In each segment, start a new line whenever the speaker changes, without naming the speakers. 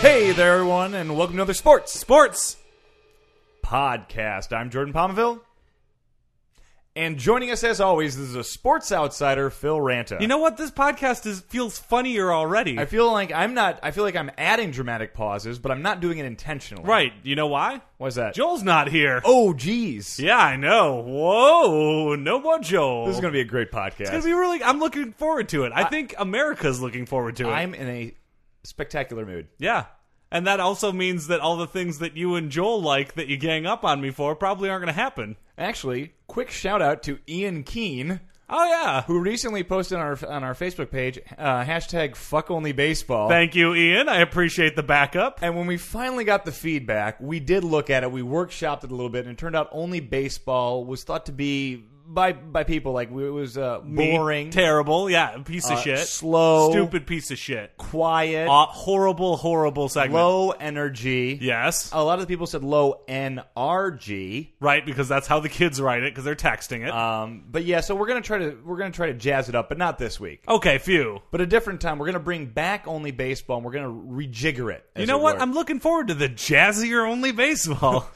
Hey there, everyone, and welcome to another sports sports podcast. I'm Jordan Palmville.
And joining us as always is a sports outsider, Phil Ranta.
You know what? This podcast is feels funnier already.
I feel like I'm not. I feel like I'm adding dramatic pauses, but I'm not doing it intentionally.
right? You know why?
Why's that?
Joel's not here.
Oh, geez.
Yeah, I know. Whoa, no more Joel.
This is going to be a great podcast.
It's gonna be really. I'm looking forward to it. I, think America's looking forward to it.
I'm in a spectacular mood.
yeah, and that also means that all the things that you and Joel like that you gang up on me for probably aren't gonna happen.
Actually, quick shout out to Ian Keen,
Oh yeah.
who recently posted on our on our Facebook page uh, hashtag Fuck Only Baseball.
Thank you, Ian. I appreciate the backup.
and when we finally got the feedback, we did look at it. We workshopped it a little bit, and it turned out only baseball was thought to be by by people like it was uh,
Me,
boring.
terrible. Yeah, piece of
Uh,
shit.
slow.
stupid piece of shit.
quiet,
Uh, horrible, horrible segment.
low energy.
Yes,
A lot of the people said low NRG.
right. Because that's how the kids write it. Because they're texting it.
Um, but yeah, so we're gonna try to we're gonna try to jazz it up, but not this week.
okay, phew.
But a different time, we're gonna bring back only baseball, and we're gonna rejigger it. as
You know
it
what?
were.
I'm looking forward to the jazzier only baseball.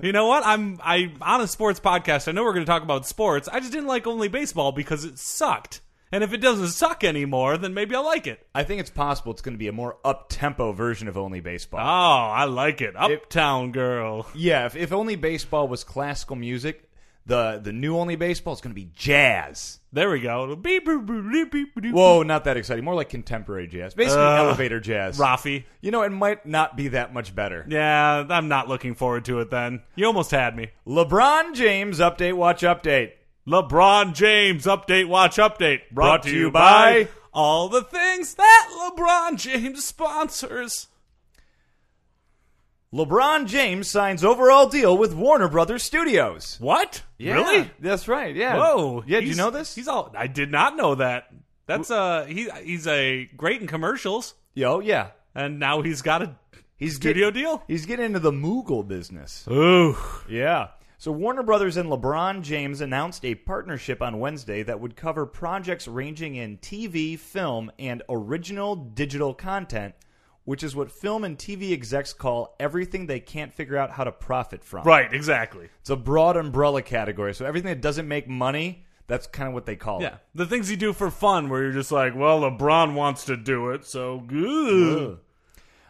you know what? I'm I on a sports podcast. I know we're going to talk about sports. I just didn't like only baseball because it sucked. And if it doesn't suck anymore, then maybe I'll like it.
I think it's possible it's gonna be a more up tempo version of only
Oh,
baseball.
I like it. Uptown girl.
yeah, if, if only baseball was classical music, the the new only baseball is gonna be jazz.
There we go. Beep, boop, boop, doop, beep, boop, doop.
Whoa, not that exciting. More like contemporary jazz, basically
Uh,
elevator jazz.
Rafi.
You know, it might not be that much better.
Yeah, I'm not looking forward to it then. You almost had me.
LeBron James update, watch update.
LeBron James update, watch update. Brought,
Brought
to
to
you
you
by
by-
all the things that LeBron James sponsors.
LeBron James signs overall deal with Warner Brothers Studios.
What?
Yeah,
Really?
That's right. Yeah.
Whoa.
Yeah. Did you
He's-
know this?
He's all I did not know that. That's uh he he's a great in commercials
Yo, yeah.
and now he's got a
He's
studio
get-
deal.
He's getting into the Moogle business.
Ooh.
Yeah. So Warner Brothers and LeBron James announced a partnership on Wednesday that would cover projects ranging in TV, film, and original digital content, which is what film and TV execs call everything they can't figure out how to profit from.
Right, exactly.
It's a broad umbrella category. So everything that doesn't make money, that's kind of what they call
Yeah. The things you do for fun where you're just like, well, LeBron wants to do it, so good.
it.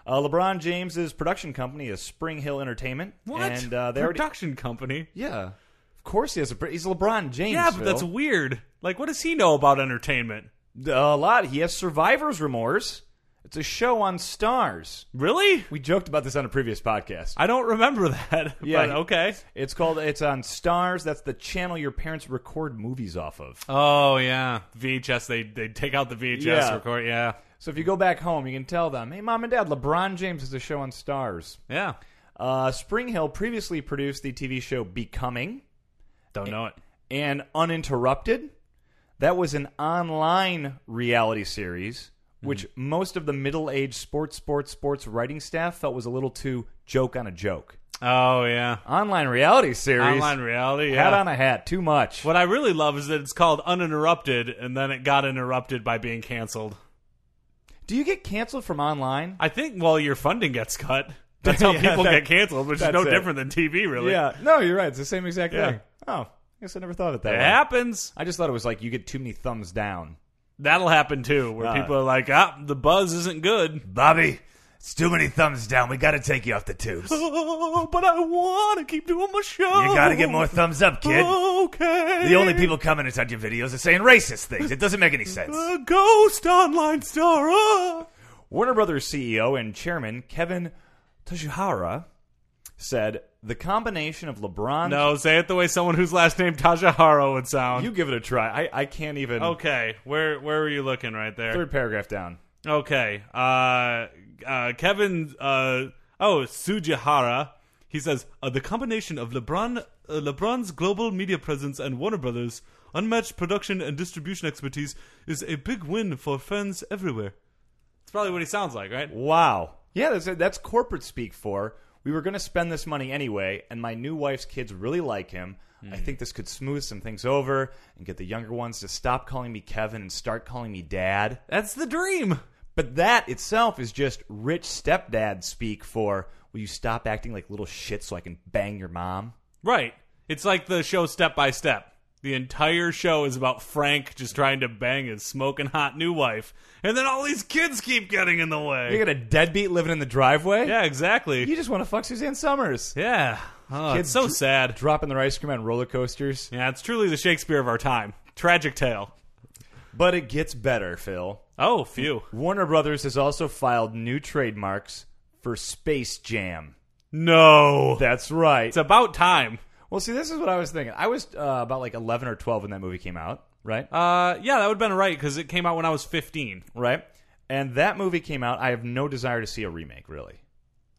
Uh, LeBron James's production company is Spring Hill Entertainment.
What?
And uh, they already.
Production company.
Yeah. Of course he has a. pr- He's LeBron James.
Yeah, but that's
Phil.
weird. Like what does he know about entertainment?
a lot. He has survivor's remorse. It's a show on stars.
Really?
We joked about this on a previous podcast.
I don't remember that.
Yeah,
but
he-
okay.
It's called. It's on stars. That's the channel your parents record movies off of.
Oh yeah. VHS they they take out the VHS
Yeah.
record. Yeah.
So if you go back home, you can tell them, "Hey, mom and dad, LeBron James has a show on stars."
Yeah.
Uh, Spring Hill previously produced the TV show Becoming
Don't know it.
and Uninterrupted. That was an online reality series, which most of the middle aged sports, sports, sports writing staff felt was a little too joke on a joke.
Oh yeah.
Online reality series.
Online reality.
Hat
yeah.
on a hat, too much.
What I really love is that it's called Uninterrupted, and then it got interrupted by being canceled.
Do you get canceled from online?
I think, well, your funding gets cut. That's how
Yeah,
people
that-
get canceled, which is
that's
no
it.
different than TV, really.
Yeah. No, you're right. It's the same exact
Yeah.
thing. Oh, I guess I never thought of it that
It
way.
happens.
I just thought it was like you get too many thumbs down.
That'll happen too, where
Uh.
people are like, ah, the buzz isn't good.
Bobby, it's too many thumbs down. We got to take you off the tubes.
Oh, but I want to keep doing my show.
thumbs up,
Okay.
commenting on your videos are saying racist things. It doesn't make any sense.
A ghost online star. ah.
Warner Brothers CEO and chairman Kevin Toshihara said the combination of LeBron.
No, say it the way someone whose last name Tajahara would sound.
You give it a try. I, I can't even.
okay, where where were you looking right there?
Third paragraph down.
Okay. Uh, uh, Kevin. Uh, oh, Sujihara. He says uh, the combination of LeBron, uh, LeBron's global media presence and Warner Brothers' unmatched production and distribution expertise is a big win for fans everywhere. That's probably what he sounds like, right?
Wow. Yeah, that's that's corporate speak for. We were going to spend this money anyway, and my new wife's kids really like him. I think this could smooth some things over and get the younger ones to stop calling me Kevin and start calling me Dad.
That's the dream.
But that itself is just rich stepdad speak for. Will you stop acting like little shit so I can bang your mom?
Right. It's like the show Step by Step. The entire show is about Frank just trying to bang his smoking hot new wife, and then all these kids keep getting in the way.
You got a deadbeat living in the driveway.
Yeah, exactly.
You just want to fuck Suzanne Summers.
Yeah. Oh,
Kids
it's so
dr-
sad.
Dropping their ice cream on roller coasters.
Yeah, it's truly the Shakespeare of our time. Tragic tale.
But it gets better, Phil.
Oh, phew.
Warner Brothers has also filed new trademarks for Space Jam.
No.
That's right.
It's about time.
Well, see, this is what I was thinking. I was uh, about like 11 or 12 when that movie came out, right?
Uh, yeah, that would have been right because it came out when I was 15.
right. And that movie came out. I have no desire to see a remake, really.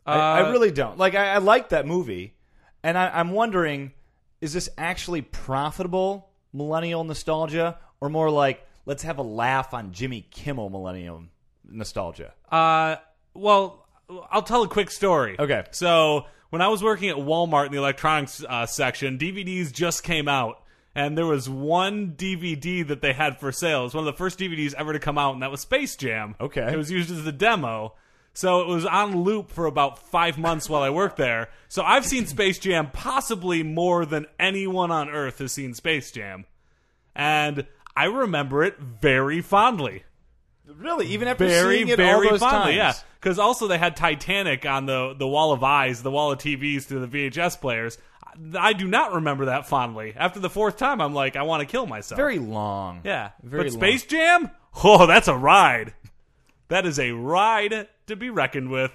Uh,
I, I really don't. Like, I, I like that movie. And I, I'm wondering is this actually profitable millennial nostalgia or more like let's have a laugh on Jimmy Kimmel millennial nostalgia?
Uh, well, I'll tell a quick story.
Okay.
So when I was working at Walmart in the electronics uh, section, DVDs just came out, and there was one DVD that they had for sale. It was one of the first DVDs ever to come out, and that was Space Jam.
Okay.
It was used as the demo. So it was on loop for about five months while I worked there. So I've seen Space Jam possibly more than anyone on earth has seen Space Jam. And I remember it very fondly
Really? Even after
very,
seeing it
very
all those
fondly.
times?
Yeah, because also they had Titanic on the the wall of eyes, the wall of TVs to the VHS players. I- I do not remember that fondly. After the fourth time, I'm like, I want to kill myself.
Very long.
yeah,
very
but
long.
Space Jam. Oh, that's a ride. That is a ride to be reckoned with.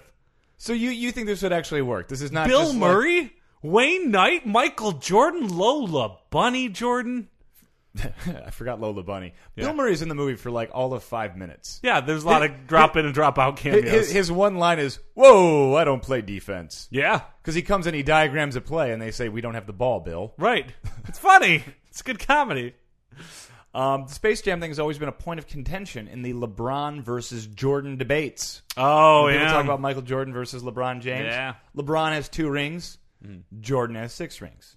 So you you think this would actually work? This is not
Bill
just like-
Murray, Wayne Knight, Michael Jordan, Lola Bunny Jordan.
I forgot Lola Bunny. Bill Murray's in the movie for like all of five minutes.
Yeah, there's a lot of drop in and drop out
Hi-
cameos.
His, his one line is "Whoa, I don't play defense"
yeah,
because he comes and he diagrams a play, and they say we don't have the ball, Bill.
right. It's funny. it's good comedy.
Um, the Space Jam thing has always been a point of contention in the LeBron versus Jordan debates.
Oh
People
yeah.
talk about Michael Jordan versus LeBron James.
Yeah. Hmm.
LeBron has two rings. Jordan has six rings.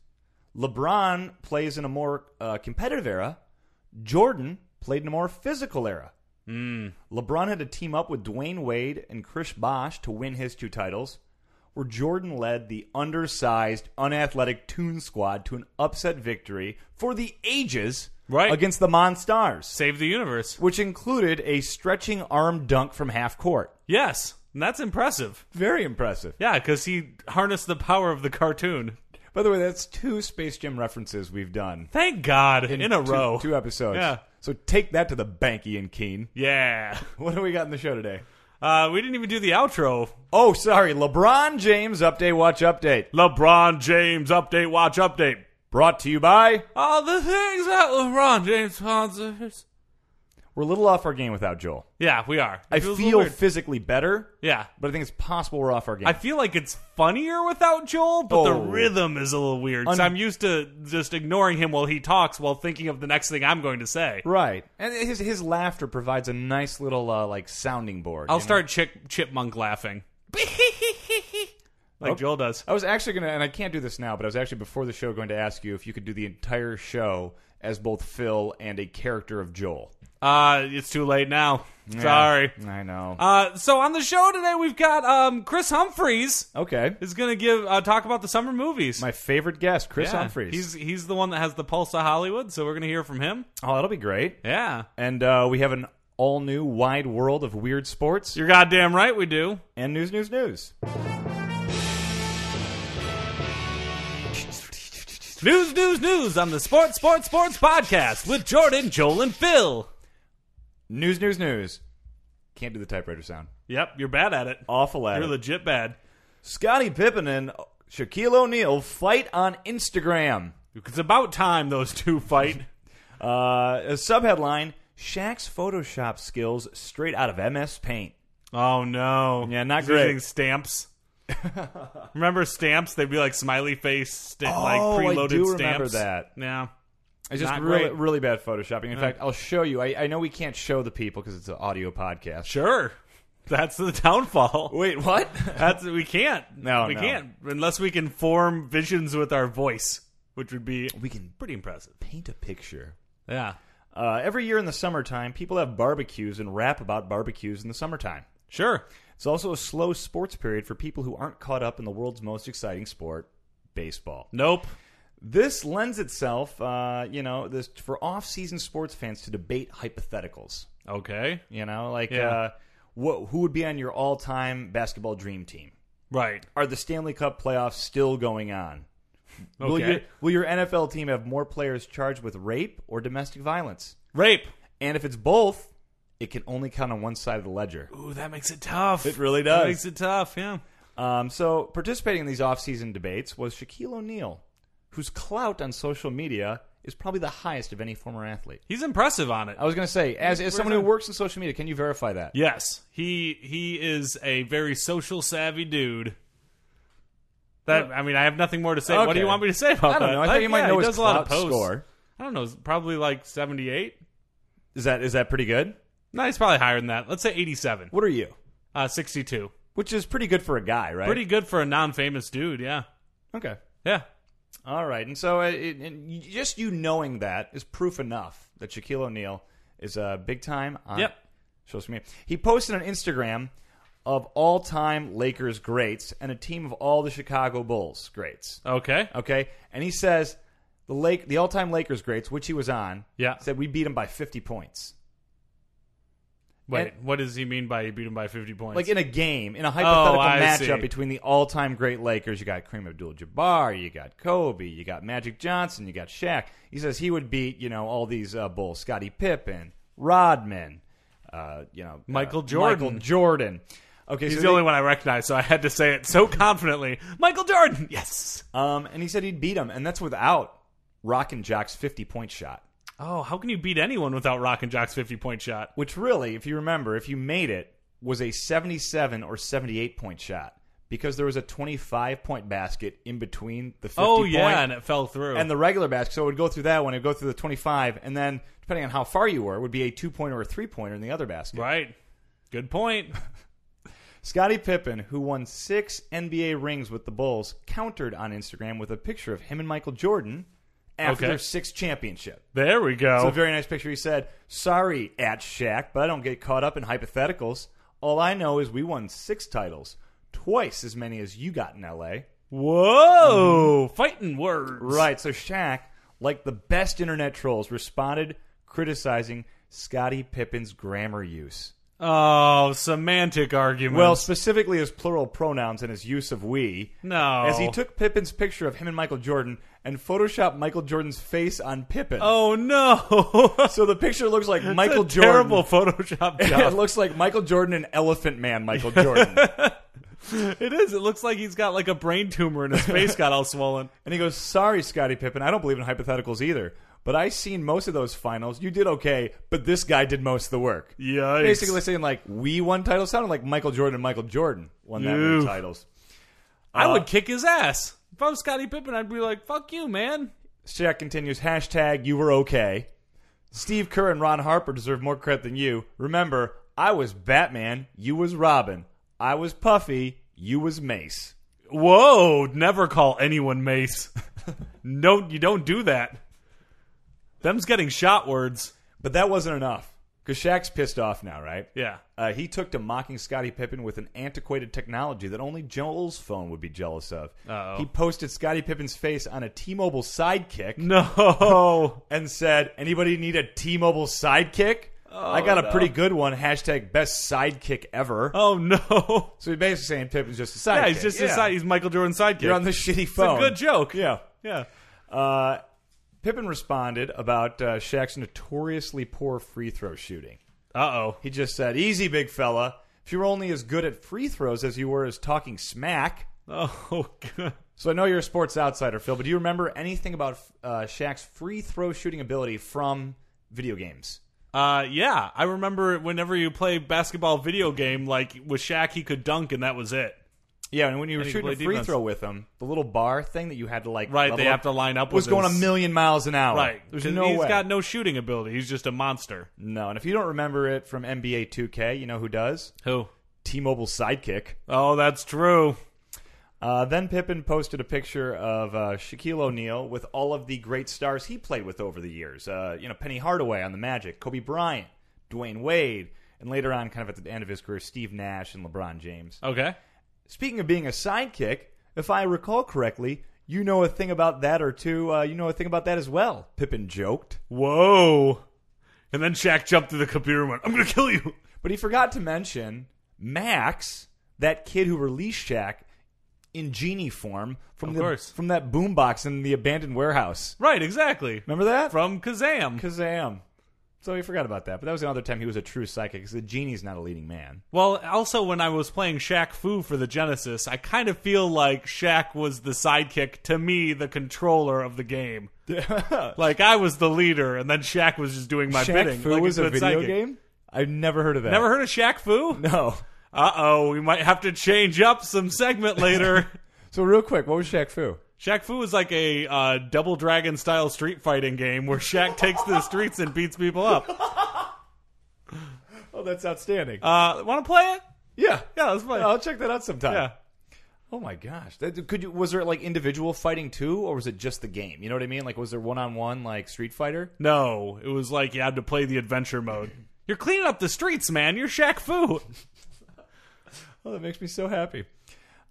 LeBron plays in a more uh, competitive era. Jordan played in a more physical era.
Hmm.
LeBron had to team up with Dwayne Wade and Chris Bosh to win his two titles, where Jordan led the undersized, unathletic Toon Squad to an upset victory for the ages
Right.
against the Monstars,
Save the universe.
which included a stretching arm dunk from half court.
Yes, and that's impressive.
Very impressive.
Yeah, because he harnessed the power of the cartoon.
By the way, that's two Space Jam references we've done
Thank God in, a
two-
row.
Two episodes.
Yeah.
So take that to the banky and Keen.
yeah,
What do we got in the show today?
uh, we didn't even do the outro.
Oh, sorry. LeBron James update. Watch update.
LeBron James update. Watch update.
Brought to you by.
All the things that LeBron James sponsors.
We're a little off our game without Joel.
Yeah, we are. It
I
feels a
feel
little weird.
physically better,
yeah.
but I think it's possible we're off our game.
I feel like it's funnier without Joel, but the
Oh.
rhythm is a little weird. 'cause
Un-
I'm used to just ignoring him while he talks, while thinking of the next thing I'm going to say.
right. And his his laughter provides a nice little uh, like sounding board.
I'll
you know?
start chip- chipmunk laughing, like Joel does.
I was actually gonna, and I can't do this now, but I was actually before the show going to ask you if you could do the entire show as both Phil and a character of Joel.
Uh, it's too late now. Sorry.
I know.
Uh, so on the show today we've got um Chris Humphreys
okay.
is going to give uh, talk about the summer movies.
My favorite guest, Chris
Yeah.
Humphries.
He's he's the one that has the pulse of Hollywood, so we're going to hear from him.
oh, that'll be great.
Yeah.
And uh, we have an all new wide world of weird sports
You're goddamn right we do.
and news, news, news.
News news news on the Sports Sports Sports podcast with Jordan, Joel and Phil.
News, news, news. Can't do the typewriter sound.
Yep, you're bad at it.
Awful at
You're
it.
legit bad.
Scottie Pippen and Shaquille O'Neal fight on Instagram.
It's about time those two fight.
Uh, a subheadline Shaq's Photoshop skills straight out of MS Paint.
Oh no.
Yeah, not
He's
great.
Using stamps. remember stamps? They'd be like smiley face, sta- like
Oh, I
preloaded
do
stamps.
remember that.
Yeah.
It's just
Not
really,
great.
really bad photoshopping. In fact, I'll show you. I, I know we can't show the people because it's an audio podcast.
Sure. That's the downfall.
Wait, what?
That's we can't.
No,
we
no.
can't unless we can form visions with our voice, which would be
we can
pretty impressive.
paint a picture.
Yeah.
Uh, every year in the summertime, people have barbecues and rap about barbecues in the summertime.
Sure.
It's also a slow sports period for people who aren't caught up in the world's most exciting sport, baseball.
Nope.
This lends itself, uh, you know, this for off-season sports fans to debate hypotheticals.
Okay.
You know, like
Yeah.
uh, what, who would be on your all-time basketball dream team?
Right.
Are the Stanley Cup playoffs still going on? Will,
Okay.
your, will your NFL team have more players charged with rape or domestic violence?
Rape.
And if it's both, it can only count on one side of the ledger.
Ooh, that makes it tough.
It really
That
does.
makes it tough. Yeah.
Um, so, participating in these off-season debates was Shaquille O'Neal, whose clout on social media is probably the highest of any former athlete.
He's impressive on it.
I was going to say, as, as someone who works in social media, can you verify that?
Yes, he he is a very social savvy dude. That I mean, I have nothing more to say. What do
Okay.
you want me to say about
I don't
that?
know. I
uh, Like,
thought you might
yeah,
know
he
his
does a lot of
clout
posts.
score.
I don't know, it's probably like seventy eight.
Is that is that pretty good?
No, he's probably higher than that. Let's say eighty seven,
What are you?
uh, sixty two.
Which is pretty good for a guy, right?
Pretty good for a non famous dude. Yeah,
Okay.
yeah.
All right, and so uh, it, and y- just you knowing that is proof enough that Shaquille O'Neal is uh, big time on
Yep.
social media. He posted on Instagram of all time Lakers greats and a team of all the Chicago Bulls greats.
Okay.
Okay, and he says the Lake the all time Lakers greats, which he was on,
Yeah.
said we beat him by fifty points,
Wait, what does he mean by he beat him by fifty points?
like in a game, in a hypothetical
Oh, I
matchup
see.
between the all time great Lakers. You got Kareem Abdul-Jabbar, you got Kobe, you got Magic Johnson, you got Shaq. He says he would beat you know all these uh, Bulls: Scottie Pippen, Rodman, uh, you know
Michael
uh,
Jordan.
Michael Jordan. Okay,
he's the
so they-
only one I recognize, so I had to say it so confidently. Michael Jordan. Yes.
Um, and he said he'd beat him, and that's without Rockin' Jock's 50 point shot.
Oh, how can you beat anyone without Rock and Jock's fifty point shot?
Which really, if you remember, if you made it, was a 77 or 78 point shot because there was a 25 point basket in between the 50
Oh
point
yeah, and it fell through.
and the regular basket. So it would go through that one, it would go through the 25, and then depending on how far you were, it would be a two pointer or a three pointer in the other basket.
Right. Good point.
Scottie Pippen, who won six NBA rings with the Bulls, countered on Instagram with a picture of him and Michael Jordan after
Okay.
their sixth championship.
There we go.
It's a very nice picture. He said, "Sorry, at Shaq, but I don't get caught up in hypotheticals. All I know is we won six titles, twice as many as you got in L.A."
Whoa! Fighting words.
Right. So Shaq, like the best internet trolls, responded criticizing Scottie Pippen's grammar use.
Oh, semantic arguments.
Well, specifically his plural pronouns and his use of "we."
no.
As he took Pippen's picture of him and Michael Jordan and photoshopped Michael Jordan's face on Pippen.
Oh no!
So the picture looks like Michael
It's a
Jordan.
Terrible Photoshop
it
job.
looks like Michael Jordan and Elephant Man Michael Jordan.
it is. It looks like he's got like a brain tumor and his face got all swollen.
and he goes, Sorry, Scottie Pippen, I don't believe in hypotheticals either. But I seen most of those finals. You did okay, but this guy did most of the work.
Yikes.
Basically saying like we won titles sounded like Michael Jordan and Michael Jordan won that many
Oof.
titles.
I would kick his ass. If I was Scottie Pippen, I'd be like, "Fuck you, man."
Shaq continues, hashtag you were okay. Steve Kerr and Ron Harper deserve more credit than you. Remember, I was Batman, you was Robin. I was Puffy, you was Mace.
Whoa! Never call anyone Mace. no, you don't do that. Them's getting shot words.
But that wasn't enough. Because Shaq's pissed off now, right?
Yeah.
Uh, he took to mocking Scottie Pippen with an antiquated technology that only Joel's phone would be jealous of.
Uh-oh.
He posted Scottie Pippen's face on a T-Mobile sidekick
No.
and said, "Anybody need a T-Mobile sidekick? I got
Oh,
a
no.
pretty good one." Hashtag best sidekick ever.
Oh no.
So he's basically saying Pippen's just a sidekick.
Yeah, he's just a side. He's Michael Jordan's sidekick.
You're on this shitty
it's
phone.
a good joke.
Yeah.
Yeah.
Uh, Pippen responded about uh, Shaq's notoriously poor free throw shooting.
Uh oh.
He just said, "Easy, big fella. If you were only as good at free throws as you were as talking smack."
Oh god.
So I know you're a sports outsider, Phil, but do you remember anything about uh, Shaq's free throw shooting ability from video games?
Uh, yeah, I remember whenever you play basketball video game, like with Shaq, he could dunk and that was it.
Yeah, and when you were
he could
shooting a
play
free
defense.
throw with them, the little bar thing that you had to like
Right,
level
they
up
have to line up.
was
with
going
his-
a million miles an hour.
Right,
there's
'cause
no
he's
way.
got no shooting ability. He's just a monster.
no, and if you don't remember it from NBA 2K, you know who does?
Who?
T-Mobile sidekick.
Oh, that's true.
Uh, then Pippen posted a picture of uh, Shaquille O'Neal with all of the great stars he played with over the years. Uh, you know, Penny Hardaway on the Magic, Kobe Bryant, Dwayne Wade, and later on, kind of at the end of his career, Steve Nash and LeBron James.
Okay.
Speaking of being a sidekick, if I recall correctly, you know a thing about that or two. Uh, you know a thing about that as well. Pippen joked,
Whoa. And then Shaq jumped to the computer and went, "I'm gonna kill you."
but he forgot to mention Max, that kid who released Shaq in genie form from
Of
the
course.
from that boombox in the abandoned warehouse.
Right. Exactly.
Remember that?
From Kazam.
Kazam. So he forgot about that. But that was another time he was a true psychic because the genie's not a leading man.
Well, also when I was playing Shaq Fu for the Genesis, I kind of feel like Shaq was the sidekick to me, the controller of the game. Like I was the leader, and then Shaq was just doing my
Shaq
bidding.
Fu
like
was a
good
video
sidekick.
game? I've never heard of that.
Never heard of Shaq Fu?
No.
Uh oh, we might have to change up some segment later.
So real quick, what was Shaq Fu?
Shaq Fu is like a uh, Double Dragon style street fighting game where Shaq takes to the streets and beats people up.
Oh, that's outstanding.
Uh, Want to play it?
yeah.
Yeah, let's play. it.
I'll check that out sometime.
yeah.
Oh my gosh. That, could you was there like individual fighting too or was it just the game? You know what I mean? Like was there one-on-one like Street Fighter?
No, it was like you had to play the adventure mode. You're cleaning up the streets, man. You're Shaq Fu.
Oh, that makes me so happy.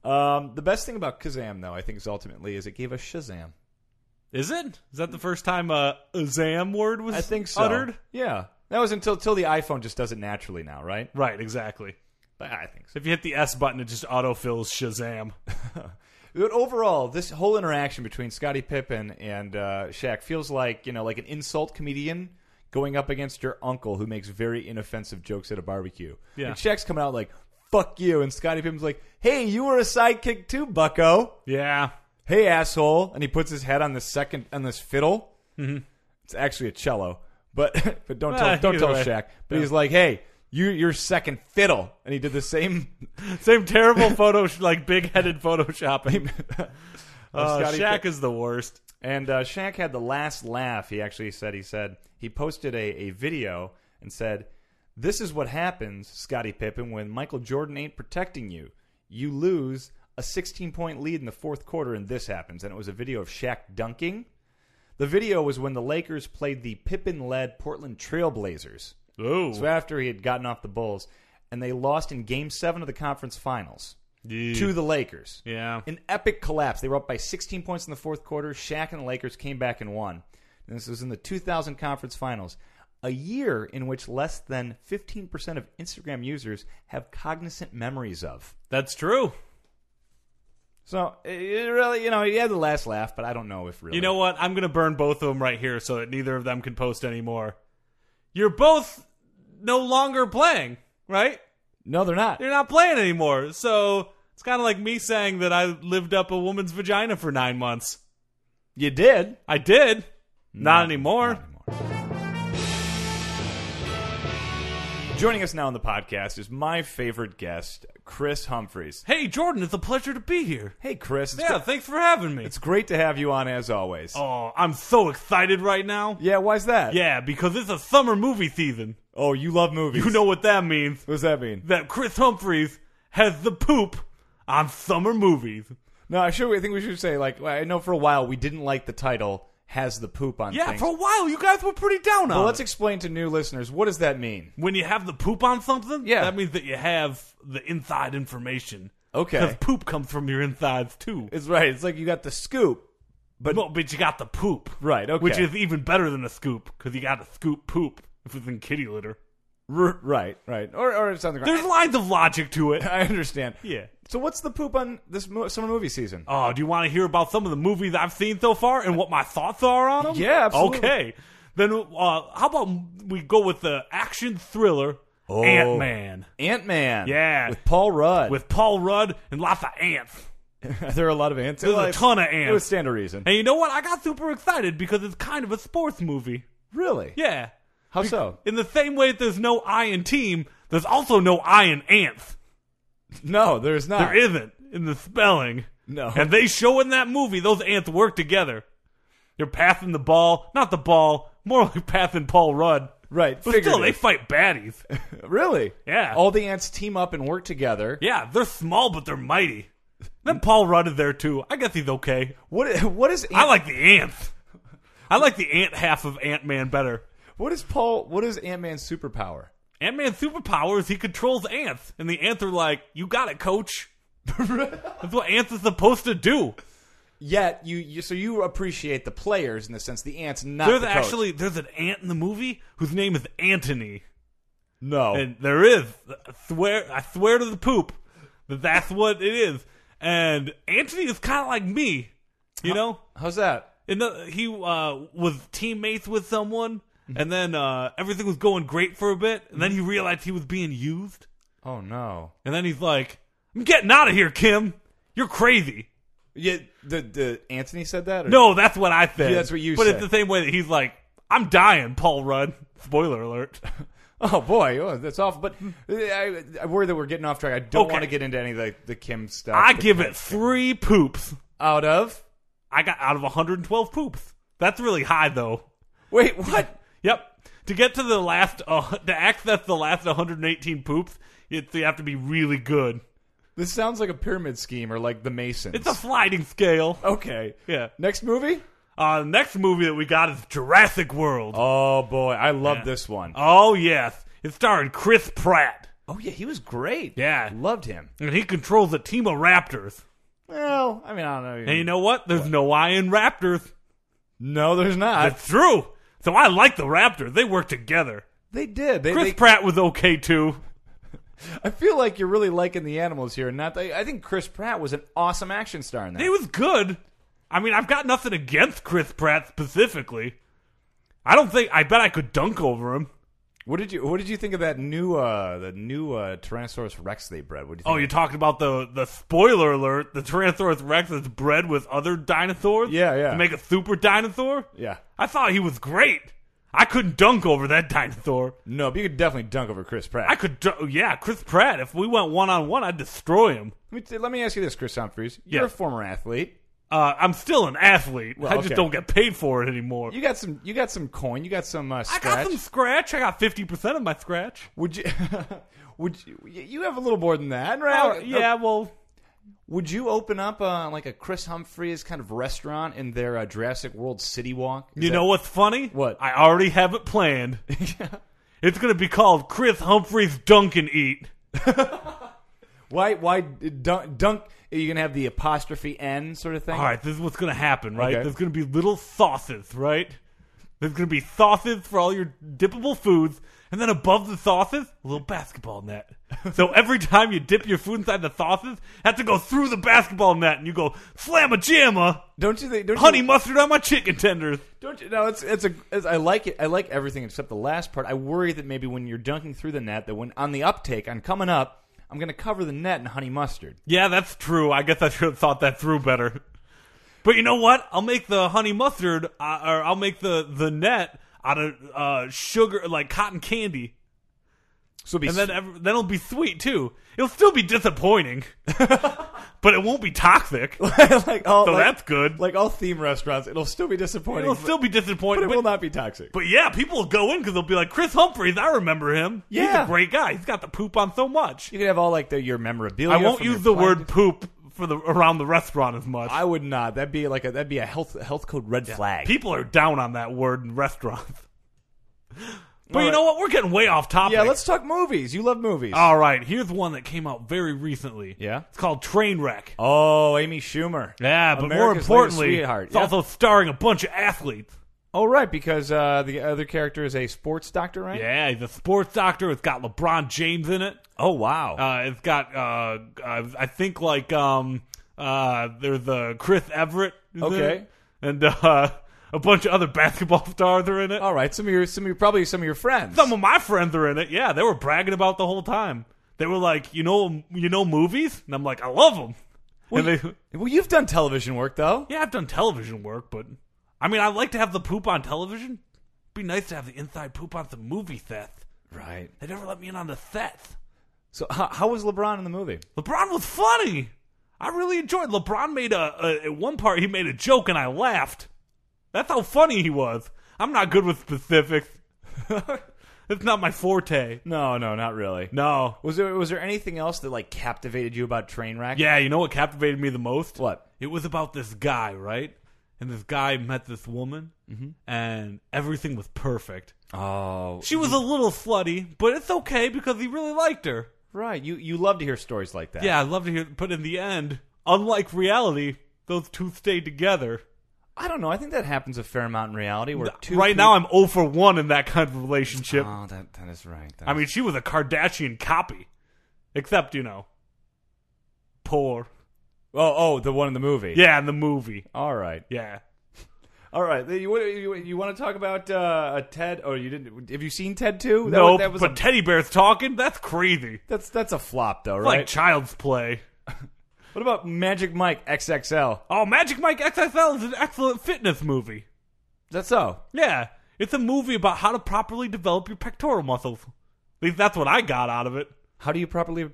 Um, the best thing about Kazam though, I think is ultimately is it gave us Shazam.
Is it? Is that the first time a Zam word was
I think so.
uttered?
Yeah. That was until till the iPhone just does it naturally now, right?
Right, exactly.
But I think so.
If you hit the S button, it just autofills Shazam.
But overall, this whole interaction between Scottie Pippen and uh, Shaq feels like you know, like an insult comedian going up against your uncle who makes very inoffensive jokes at a barbecue.
Yeah.
And Shaq's coming out like "fuck you," and Scottie Pippen's like, "Hey, you were a sidekick too, Bucko.
Yeah.
Hey, asshole!" And he puts his head on this second on this fiddle. Mm-hmm. It's actually a cello, but but don't tell
Ah,
don't
either
tell
way.
Shaq. But he's like, "Hey." You, you're second fiddle, and he did the same.
Same terrible photo, like big headed photoshopping. Uh,
Scottie
Shaq is the worst.
And uh, Shaq had the last laugh. He actually said he said he posted a, a video and said, "This is what happens, Scottie Pippen, when Michael Jordan ain't protecting you. You lose a 16 point lead in the fourth quarter, and this happens." And it was a video of Shaq dunking. The video was when the Lakers played the Pippen led Portland Trailblazers.
Ooh.
So after he had gotten off the Bulls, and they lost in Game Seven of the conference finals to the Lakers
yeah.
an epic collapse. They were up by 16 points in the fourth quarter. Shaq and the Lakers came back and won. And this was in the 2000 conference finals, a year in which less than 15% of Instagram users have cognizant memories of.
That's true.
So it it really, you know, he had the last laugh, but I don't know if really.
You know what? I'm going to burn both of them right here so that neither of them can post anymore. You're both no longer playing, right?
no, they're not.
You're not playing anymore. So it's kind of like me saying that I lived up a woman's vagina for nine months.
You did.
I did. Not anymore.
Joining us now on the podcast is my favorite guest, Chris Humphreys.
Hey, Jordan, it's a pleasure to be here.
Hey, Chris. It's,
Yeah,
gr-
thanks for having me.
it's great to have you on as always.
Oh, I'm so excited right now.
Yeah, why's that?
Yeah, because it's a summer movie season.
Oh, you love movies.
You know what that means.
What does that mean?
That Chris Humphreys has the poop on summer movies.
No, I should. I think we should say like I know for a while we didn't like the title has the poop on
Yeah,
things.
for a while you guys were pretty down
well,
on
let's
it.
explain to new listeners what does that mean.
When you have the poop on something,
Yeah.
that means that you have the inside information. Because
Okay,
poop comes from your insides too.
it's right. It's like you got the scoop.
Well, but you got the poop,
Right. Okay.
which is even better than a scoop because you got to scoop poop if it's in kitty litter.
R- right. Right. Or or it's on the ground.
There's lines of logic to it.
I understand.
Yeah.
So what's the poop on this mo- summer movie season?
Oh, do you want to hear about some of the movies I've seen so far and what my thoughts are on them?
Yeah, absolutely.
Okay. Then uh, how about we go with the action thriller Ant Man
Ant Man.
Yeah.
With Paul Rudd.
with Paul Rudd and lots of ants.
there are a lot of ants. There's
a ton of
It would
ants.
stand to reason.
And you know what? I got super excited because it's kind of a sports movie.
Really?
Yeah.
How so?
In the same way that there's no I in team, there's also no I in anth.
No, there's not.
There isn't in the spelling.
No.
And they show in that movie those anth work together. You're pathing the ball, not the ball, more like pathing Paul Rudd.
Right.
But still, they
figurative.
fight baddies.
really?
Yeah.
All the ants team up and work together.
Yeah, they're small, but they're mighty. Then Paul Rudd is there too. I guess he's okay.
What? What is? Ant,
I like the ant. I like the ant half of Ant Man better.
what is Paul? What is Ant Man's superpower?
Ant Man's superpower is he controls ants, and the ants are like, "You got it, Coach." That's what ants are supposed to do.
Yet you, you so you appreciate the players in the sense the ants not
There's
the coach.
actually there's an ant in the movie whose name is Antony,
no
and there is I swear I swear to the poop that that's what it is. And Antony is kind of like me, you know.
how's that
And the, he uh, was teammates with someone,
Mm-hmm.
and then uh, everything was going great for a bit, and then he realized he was being used,
oh no
and then he's like, "I'm getting out of here, Kim. You're crazy."
yeah the the Anthony said that or-
No, that's what I said.
Yeah, that's what you
But
said.
it's the same way that he's like, "I'm dying, Paul Rudd." Spoiler alert.
oh boy oh, that's awful but I, I worry that we're getting off track I don't
Okay.
want to get into any of the, the Kim stuff
I
The
give
Kim
it three poops.
out of
I got out of 112 poops. That's really high, though.
wait what
Yep. To get to the last, uh, to access the last 118 poops, you you have to be really good.
this sounds like a pyramid scheme or like the Masons
It's a sliding scale.
okay
Yeah.
next movie
Uh, next movie that we got is Jurassic World. Oh,
oh boy I love this one
yes, it's starring Chris Pratt,
oh yeah he was great
Yeah.
loved him
and he controls a team of raptors.
well I mean I don't know
And you know what? There's no I in raptors.
no there's not
That's true. So I like the raptors. They work together.
they did they,
Chris
they
Pratt was okay too.
I feel like you're really liking the animals here, and not. The, I think Chris Pratt was an awesome action star in that.
He was good. I mean, I've got nothing against Chris Pratt specifically. I don't think. I bet I could dunk over him.
what did you What did you think of that new uh, the new uh, Tyrannosaurus Rex they bred? What do you
Oh,
think?
you're talking about the the spoiler alert. The Tyrannosaurus Rex is bred with other dinosaurs.
Yeah, yeah.
To make a super dinosaur.
yeah,
I thought he was great. I couldn't dunk over that dinosaur.
no, but you could definitely dunk over Chris Pratt.
I could, dun- yeah, Chris Pratt. If we went one on one, I'd destroy him.
let, me t- let me ask you this, Chris Humphries. You're
Yeah.
a former athlete.
Uh, I'm still an athlete. I
okay.
just don't get paid for it anymore.
You got some. You got some coin. You got some uh,
I
scratch.
got some scratch. I got fifty percent of my scratch.
Would you? would you? You have a little more than that,
Oh,
right?
yeah, well,
Would you open up uh, like a Chris Humphries kind of restaurant in their uh, Jurassic World City Walk? Is
you
that-
know what's funny?
What?
I already have it planned. It's gonna be called Chris Humphreys Dunk and Eat.
Why? Why dunk? dunk are you gonna have the apostrophe n sort of thing?
All right, this is what's going to happen, right?
Okay.
There's going to be little sauces, right? There's going to be sauces for all your dippable foods, and then above the sauces, a little basketball net. so every time you dip your food inside the sauces, have to go through the basketball net, and you go slamma jamma,
Don't you think? Don't
uh, honey
You,
mustard on my chicken tenders.
don't you? No, it's it's a. It's, I like it. I like everything except the last part. I worry that maybe when you're dunking through the net, that when on the uptake, on coming up, I'm gonna cover the net in honey mustard.
Yeah, that's true. I guess I should have thought that through better. But you know what? I'll make the honey mustard, uh, or I'll make the the net out of uh, sugar, like cotton candy.
So it'll be
and then
s-
ev- then it'll be sweet too. It'll still be disappointing, but it won't be toxic. So
like all like,
that's good.
like all theme restaurants, it'll still be disappointing.
it'll
but-
still be
but
disappointing,
it
but,
will not be toxic.
but yeah, people will go in because they'll be like Chris Humphreys. I remember him. he's
Yeah.
a great guy. He's got the poop on so much.
you can have all like the, your memorabilia.
I won't
from your
use the
plane.
word poop for the around the restaurant as much.
I would not. That'd be like a that'd be a health health code red flag.
people are down on that word in restaurants. But you
Alright.
know what? We're getting way off topic.
yeah, let's talk movies. You love movies.
All right, here's one that came out very recently.
Yeah?
it's called Trainwreck.
oh, Amy Schumer.
Yeah, but more
America's
importantly,
Latest Sweetheart.
it's
Yeah.
also starring a bunch of athletes.
Oh, right, because uh, the other character is a sports doctor, right?
Yeah, he's a sports doctor. It's got LeBron James in it.
Oh, wow.
Uh, it's got, uh, uh, I think, like, um, uh, there's uh, Chris Everett. is in
Okay.
it. And uh, a bunch of other basketball stars are in it.
All right, some of your, some of your, probably some of your friends.
Some of my friends are in it. Yeah, they were bragging about the whole time. They were like, you know, you know movies? And I'm like, I love them. and they,
Well, you've done television work though.
yeah, I've done television work, but I mean, I like to have the poop on television be nice to have the inside poop on some movie theft.
Right.
They never let me in on the theft.
So how, how was LeBron in the movie?
LeBron was funny. I really enjoyed. LeBron made a, a at one part he made a joke and I laughed. That's how funny he was. I'm not good with specifics. it's not my forte.
No, no, not really.
No.
Was there was there anything else that like captivated you about Trainwreck?
Yeah, you know what captivated me the most?
What?
It was about this guy, right? And this guy met this woman,
Mm-hmm.
and everything was perfect.
Oh,
She was a little slutty, but it's okay because he really liked her.
right. You you love to hear stories like that.
Yeah, I'd love to hear. But in the end, unlike reality, those two stayed together.
I don't know. I think that happens a fair amount in reality. Where two
right now, I'm 0 for 1 in that kind of relationship.
Oh, that that is right. That
I
is-
mean, she was a Kardashian copy. Except, you know, poor.
oh oh, the one in the movie.
Yeah, in the movie.
All right.
Yeah.
All right. You you, you, want to talk about uh, a Ted? Oh, you didn't. Have you seen Ted Two? That
No,
was- that was
but
a,
teddy bears talking? That's crazy.
that's that's a flop though,
Like
right?
child's play.
what about Magic Mike XXL?
Oh, Magic Mike XFL is an excellent fitness movie.
That's oh, so.
Yeah, it's a movie about how to properly develop your pectoral muscles. At least that's what I got out of it.
How do you properly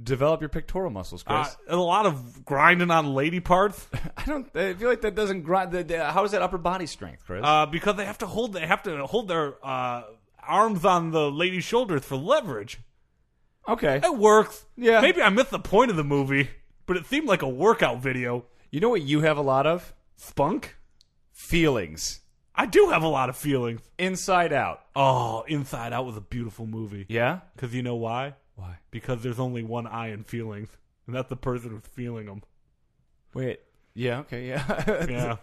develop your pectoral muscles, Chris?
Uh, a lot of grinding on lady parts
I don't. I feel like that doesn't grind. The, the, how is that upper body strength, Chris?
uh, because they have to hold they have to hold their uh, arms on the lady's shoulders for leverage.
okay.
It works.
Yeah.
Maybe I missed the point of the movie, but it seemed like a workout video.
You know what you have a lot of
Spunk.
feelings
I do have a lot of feelings.
inside out.
Oh, Inside Out was a beautiful movie.
Yeah.
Because you know why?
Why?
Because there's only one I in feelings, and that's the person who's feeling them.
Wait. Yeah. Okay. Yeah.
Yeah.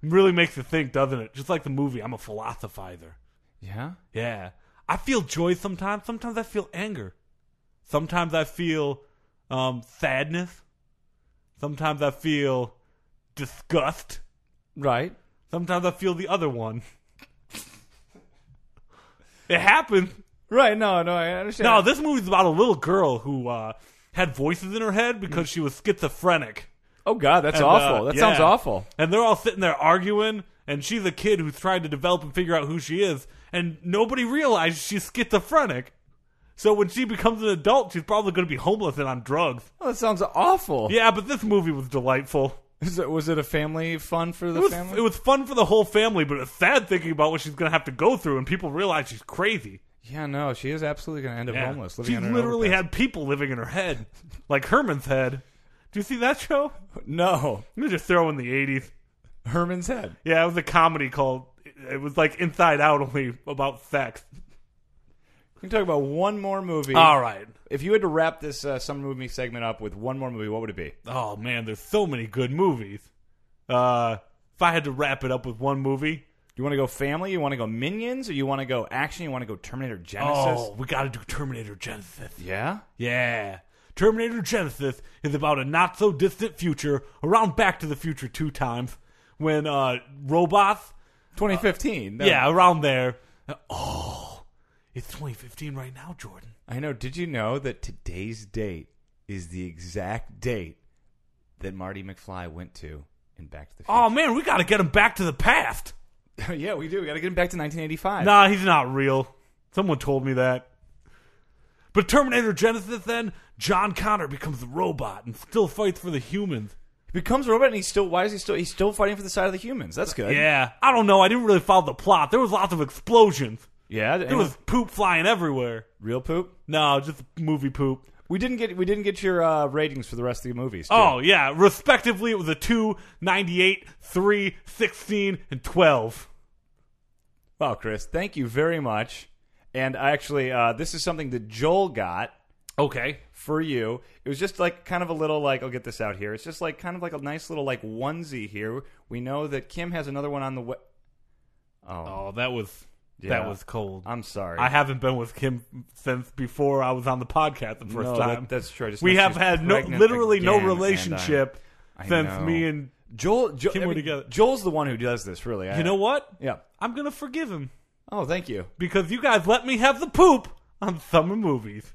really makes you think, doesn't it? Just like the movie, I'm a philosophizer.
yeah.
Yeah. I feel joy sometimes. Sometimes I feel anger. Sometimes I feel um, sadness. Sometimes I feel disgust.
Right.
Sometimes I feel the other one. it happened.
Right. No. No. I understand.
No, this movie's about a little girl who uh, had voices in her head because she was schizophrenic.
oh God, that's
And, uh,
awful. that sounds
yeah.
awful.
And they're all sitting there arguing, and she's a kid who's trying to develop and figure out who she is, and nobody realizes she's schizophrenic. So when she becomes an adult, she's probably going to be homeless and on drugs.
Oh, that sounds awful.
Yeah, but this movie was delightful.
Is it, was it a family fun for the
It was,
family?
it was fun for the whole family, but it's sad thinking about what she's going to have to go through, and people realize she's crazy.
yeah. No. She is absolutely going to end up
Yeah.
homeless. Living
She
under an
literally
overpass.
had people living in her head, like Herman's head. Do you see that show?
no
I'm going to just throw in the 80s.
Herman's head.
Yeah, it was a comedy called. It was like Inside Out, only about sex.
We can talk about one more movie.
All right.
if you had to wrap this uh, summer movie segment up with one more movie, what would it be?
Oh man, there's so many good movies. Uh, if I had to wrap it up with one movie,
You want to go family? You want to go Minions? Or you want to go action? You want to go Terminator Genesis?
oh, we got to do Terminator Genesis.
Yeah?
Yeah. Terminator Genesis is about a not so distant future, around Back to the Future two times, when uh, robots
2015. that-
Uh, Yeah, around there. Oh, it's 2015 right now, Jordan.
I know. Did you know that today's date is the exact date that Marty McFly went to in Back to the
Oh
Future?
man, we got to get him back to the past.
yeah, we do. We got to get him back to 1985.
Nah, he's not real. Someone told me that. But Terminator Genesis, then John Connor becomes a robot and still fights for the humans.
He becomes a robot and he's still, why is he still, he's still fighting for the side of the humans. That's good.
Yeah, I don't know. I didn't really follow the plot. There was lots of explosions.
Yeah.
There
anyone-
was poop flying everywhere.
real poop.
No, just movie poop.
We didn't get, we didn't get your uh, ratings for the rest of the movies. too.
Oh yeah, respectively, it was a two, ninety-eight, three, sixteen, and 12.
Well, Chris, thank you very much. And I actually, uh, this is something that Joel got
Okay.
for you. It was just like kind of a little like I'll get this out here. It's just like kind of like a nice little like onesie here. We know that Kim has another one on the way. Oh,
Oh, that was
Yeah.
that was cold.
I'm sorry.
I haven't been with Kim since before I was on the podcast the first
No, that-
time.
that's true. I just
we
know
have
she's
had no,
pregnant
literally no
again, and I-
relationship
I
since
know.
me and
Joel. Jo-
Kim
I
were
mean,
together.
Joel's the one who does this, really. I,
you know what?
Yeah.
I'm gonna forgive him
Oh, thank you.
because you guys let me have the poop on summer movies.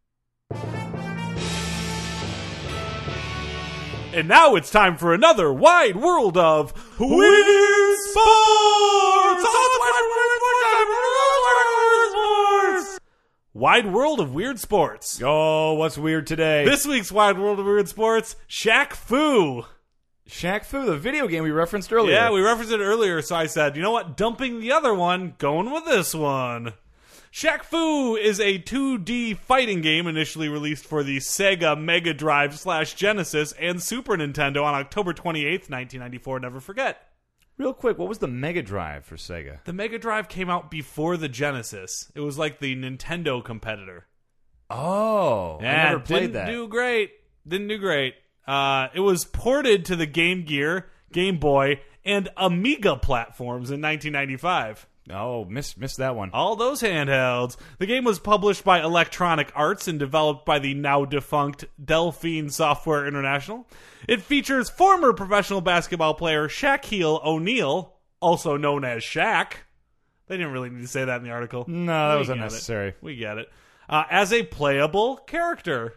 And now it's time for another wide world of weird sports. Wide world of weird sports.
Oh, what's weird today?
This week's wide world of weird sports: Shaq Fu.
Shaq Fu, the video game we referenced earlier.
Yeah, we referenced it earlier, so I said, you know what? Dumping the other one, going with this one. Shaq Fu is a 2D fighting game initially released for the Sega Mega Drive slash Genesis and Super Nintendo on October 28th, 1994. Never forget.
Real quick, what was the Mega Drive for Sega?
The Mega Drive came out before the Genesis. It was like the Nintendo competitor.
Oh, I never played
didn't
that.
do great. Didn't do great. Uh, it was ported to the Game Gear, Game Boy, and Amiga platforms in 1995.
oh, missed missed that one.
all those handhelds. The game was published by Electronic Arts and developed by the now defunct Delphine Software International. It features former professional basketball player Shaquille O'Neal, also known as Shaq. They didn't really need to say that in the article.
No, that
We
was
get it.
unnecessary.
We get it. Uh, as a playable character.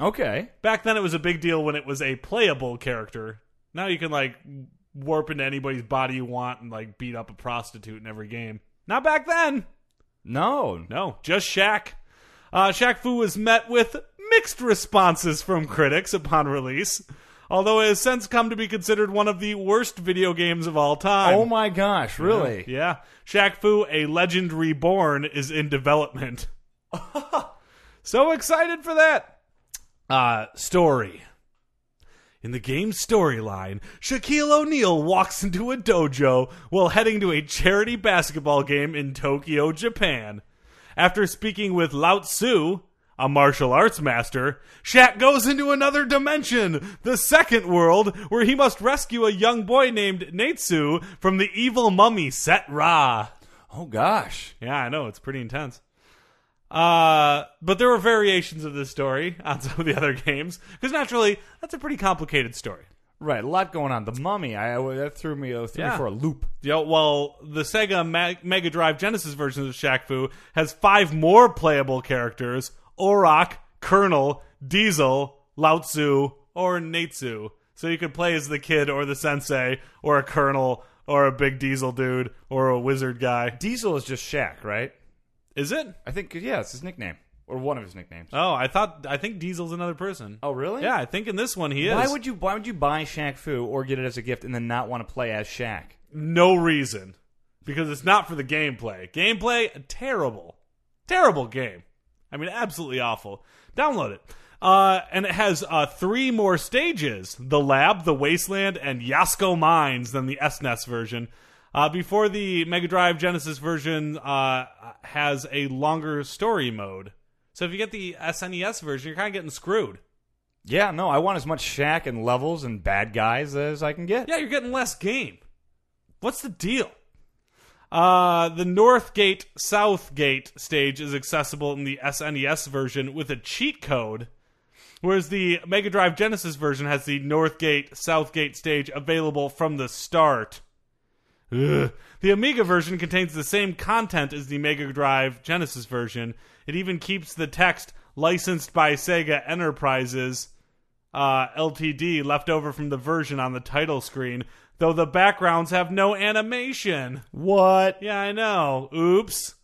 Okay,
Back then, it was a big deal when it was a playable character. Now you can, like, warp into anybody's body you want and, like, beat up a prostitute in every game. Not back then.
no,
No, just Shaq. Uh, Shaq Fu was met with mixed responses from critics upon release, although it has since come to be considered one of the worst video games of all time.
Oh my gosh, really?
Yeah. Shaq Fu, a legend reborn, is in development. so excited for that. Uh, story. In the game's storyline, Shaquille O'Neal walks into a dojo while heading to a charity basketball game in Tokyo, Japan. After speaking with Lao Tzu, a martial arts master, Shaq goes into another dimension, the second world, where he must rescue a young boy named Natsu from the evil mummy Set Ra.
Oh gosh.
Yeah, I know, it's pretty intense. Uh, but there were variations of this story on some of the other games, because naturally, that's a pretty complicated story.
Right, a lot going on. The Mummy, I I- that threw me uh, threw me
Yeah.
for a loop.
Yeah, well, the Sega Mag- Mega Drive Genesis version of Shaq Fu has five more playable characters Orok, Colonel, Diesel, Lao Tzu, or Natsu. So you could play as the kid or the sensei or a colonel or a big diesel dude or a wizard guy.
Diesel is just Shaq, right?
Is it?
I think yeah, it's his nickname or one of his nicknames.
Oh, I thought, I think Diesel's another person.
oh really?
Yeah, I think in this one he is.
Why would you Why would you buy Shaq Fu or get it as a gift and then not want to play as Shaq?
no reason because it's not for the gameplay. Gameplay terrible, terrible game. I mean, absolutely awful. Download it. Uh, and it has uh, three more stages: the lab, the wasteland, and Yasko Mines than the SNES version. Uh, before the Mega Drive Genesis version uh, has a longer story mode. So if you get the SNES version, you're kind of getting screwed.
Yeah, no, I want as much Shaq and levels and bad guys as I can get.
Yeah, you're getting less game. What's the deal? Uh, the North Gate South Gate stage is accessible in the SNES version with a cheat code, whereas the Mega Drive Genesis version has the North Gate South Gate stage available from the start. Ugh. The Amiga version contains the same content as the Mega Drive Genesis version. It even keeps the text licensed by Sega Enterprises uh, LTD left over from the version on the title screen, though the backgrounds have no animation.
What?
Yeah, I know. Oops.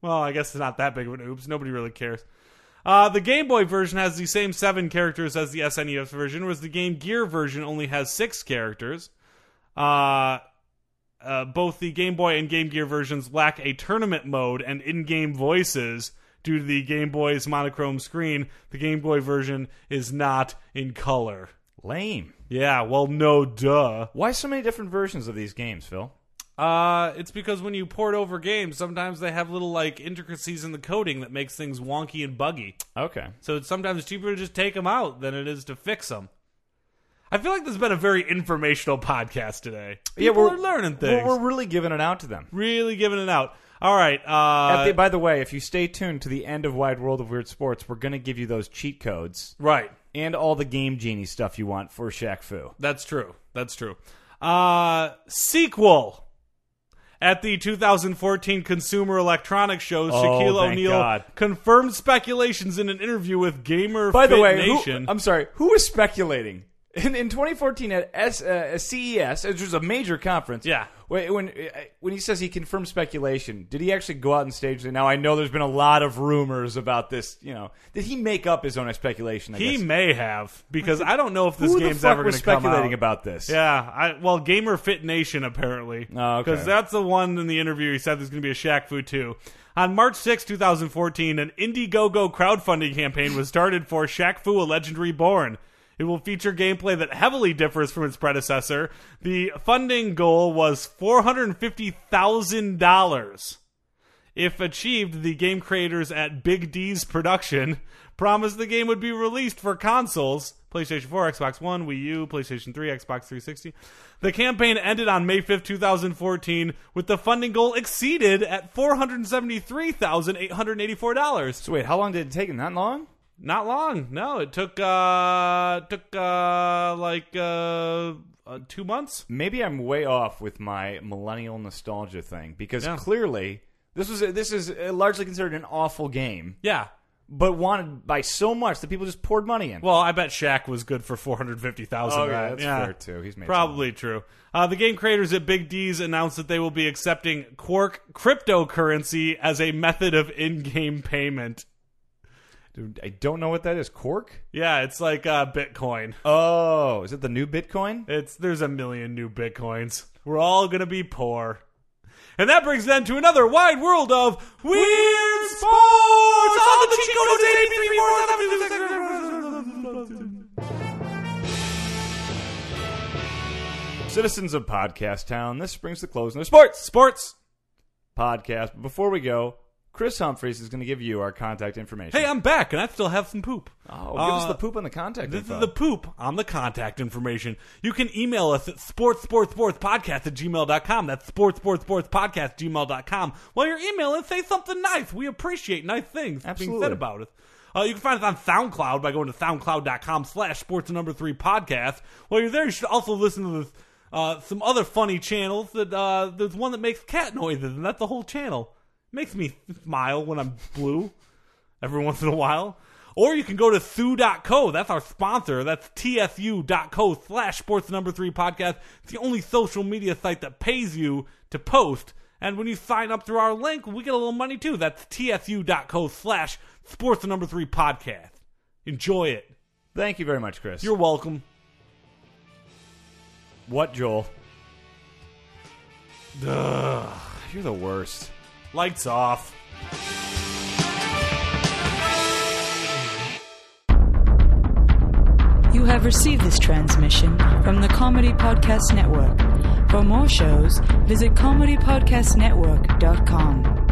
Well, I guess it's not that big of an oops. Nobody really cares. Uh, the Game Boy version has the same seven characters as the SNES version, whereas the Game Gear version only has six characters. Uh, uh, both the Game Boy and Game Gear versions lack a tournament mode and in game voices due to the Game Boy's monochrome screen. The Game Boy version is not in color.
Lame.
Yeah, well, no duh.
Why so many different versions of these games, Phil?
Uh, it's because when you port over games, sometimes they have little like intricacies in the coding that makes things wonky and buggy.
Okay.
So it's sometimes cheaper to just take them out than it is to fix them. I feel like this has been a very informational podcast today.
yeah,
People
we're
are learning
we're-
things.
We're, really giving it out to them.
really giving it out. All right.
At
Uh,
the- by the way, if you stay tuned to the end of Wide World of Weird Sports, we're going to give you those cheat codes
right.
and all the Game Genie stuff you want for Shaq Fu.
That's true. That's true. Uh, sequel. At the 2014 Consumer Electronics Show, Shaquille
Oh, thank
O'Neal
God.
confirmed speculations in an interview with Gamer
By the
Fit
way, who-
Nation.
I'm sorry, who was speculating? In, in 2014 at S, uh, CES, which was a major conference.
Yeah.
When, when uh, when he says he confirmed speculation, did he actually go out and stage it? Now I know there's been a lot of rumors about this. You know, did he make up his own speculation? I
he
guess?
may have because I don't know if this
who
game's
the fuck
ever
was
going to come
speculating
out.
about this?
Yeah, I, well, Gamer Fit Nation apparently, because
Oh, okay.
that's the one in the interview he said there's going to be a Shaq Fu too. On March 6, 2014, an Indiegogo crowdfunding campaign was started for Shaq Fu: A Legend Reborn. It will feature gameplay that heavily differs from its predecessor. The funding goal was four hundred fifty thousand dollars. If achieved, the game creators at Big D's production promised the game would be released for consoles PlayStation 4, Xbox One, Wii U, PlayStation 3, Xbox 360. The campaign ended on May 5th, 2014, with the funding goal exceeded at $473,884.
So wait, how long did it take? Not long.
Not long. No, it took, uh, it took, uh, like, uh, uh, two months?
Maybe I'm way off with my millennial nostalgia thing because
Yeah.
clearly this was this is uh, largely considered an awful game,
Yeah.
but wanted by so much that people just poured money in.
Well, I bet Shaq was good for 400000
Oh, yeah,
right?
that's fair, too. He's made some
Probably true. Uh, the game creators at Big D's announced that they will be accepting Quark cryptocurrency as a method of in game payment.
Dude, I don't know what that is. Cork?
Yeah, it's like uh, Bitcoin.
Oh, is it the new Bitcoin?
It's There's a million new Bitcoins. We're all going to be poor. And that brings then to another wide world of weird sports on the Chico
Citizens of Podcast Town, this brings the close no sports
Sports.
podcast. But before we go, Chris Humphreys is going to give you our contact information.
Hey, I'm back, and I still have some poop.
oh, give us
Uh,
the poop on the contact
This
info.
is the poop on the contact information. You can email us at sports, sports, sports podcast at gmail.com. That's sports, sports, sports podcast gmail.com. While you're emailing, say something nice. We appreciate nice things being
Absolutely.
said about it. Uh, you can find us on SoundCloud by going to soundcloud.com slash sports number three podcast. While you're there, you should also listen to this, uh, some other funny channels. That uh, There's one that makes cat noises, and that's the whole channel. Makes me smile when I'm blue every once in a while. Or you can go to thu.co. That's our sponsor. That's tsu.co slash sports number three podcast. It's the only social media site that pays you to post. And when you sign up through our link, we get a little money too. That's tsu.co slash sports number three podcast. Enjoy it.
Thank you very much, Chris.
You're welcome.
what, Joel? You're the worst.
Lights off.
You have received this transmission from the Comedy Podcast Network. For more shows, visit comedypodcastnetwork.com.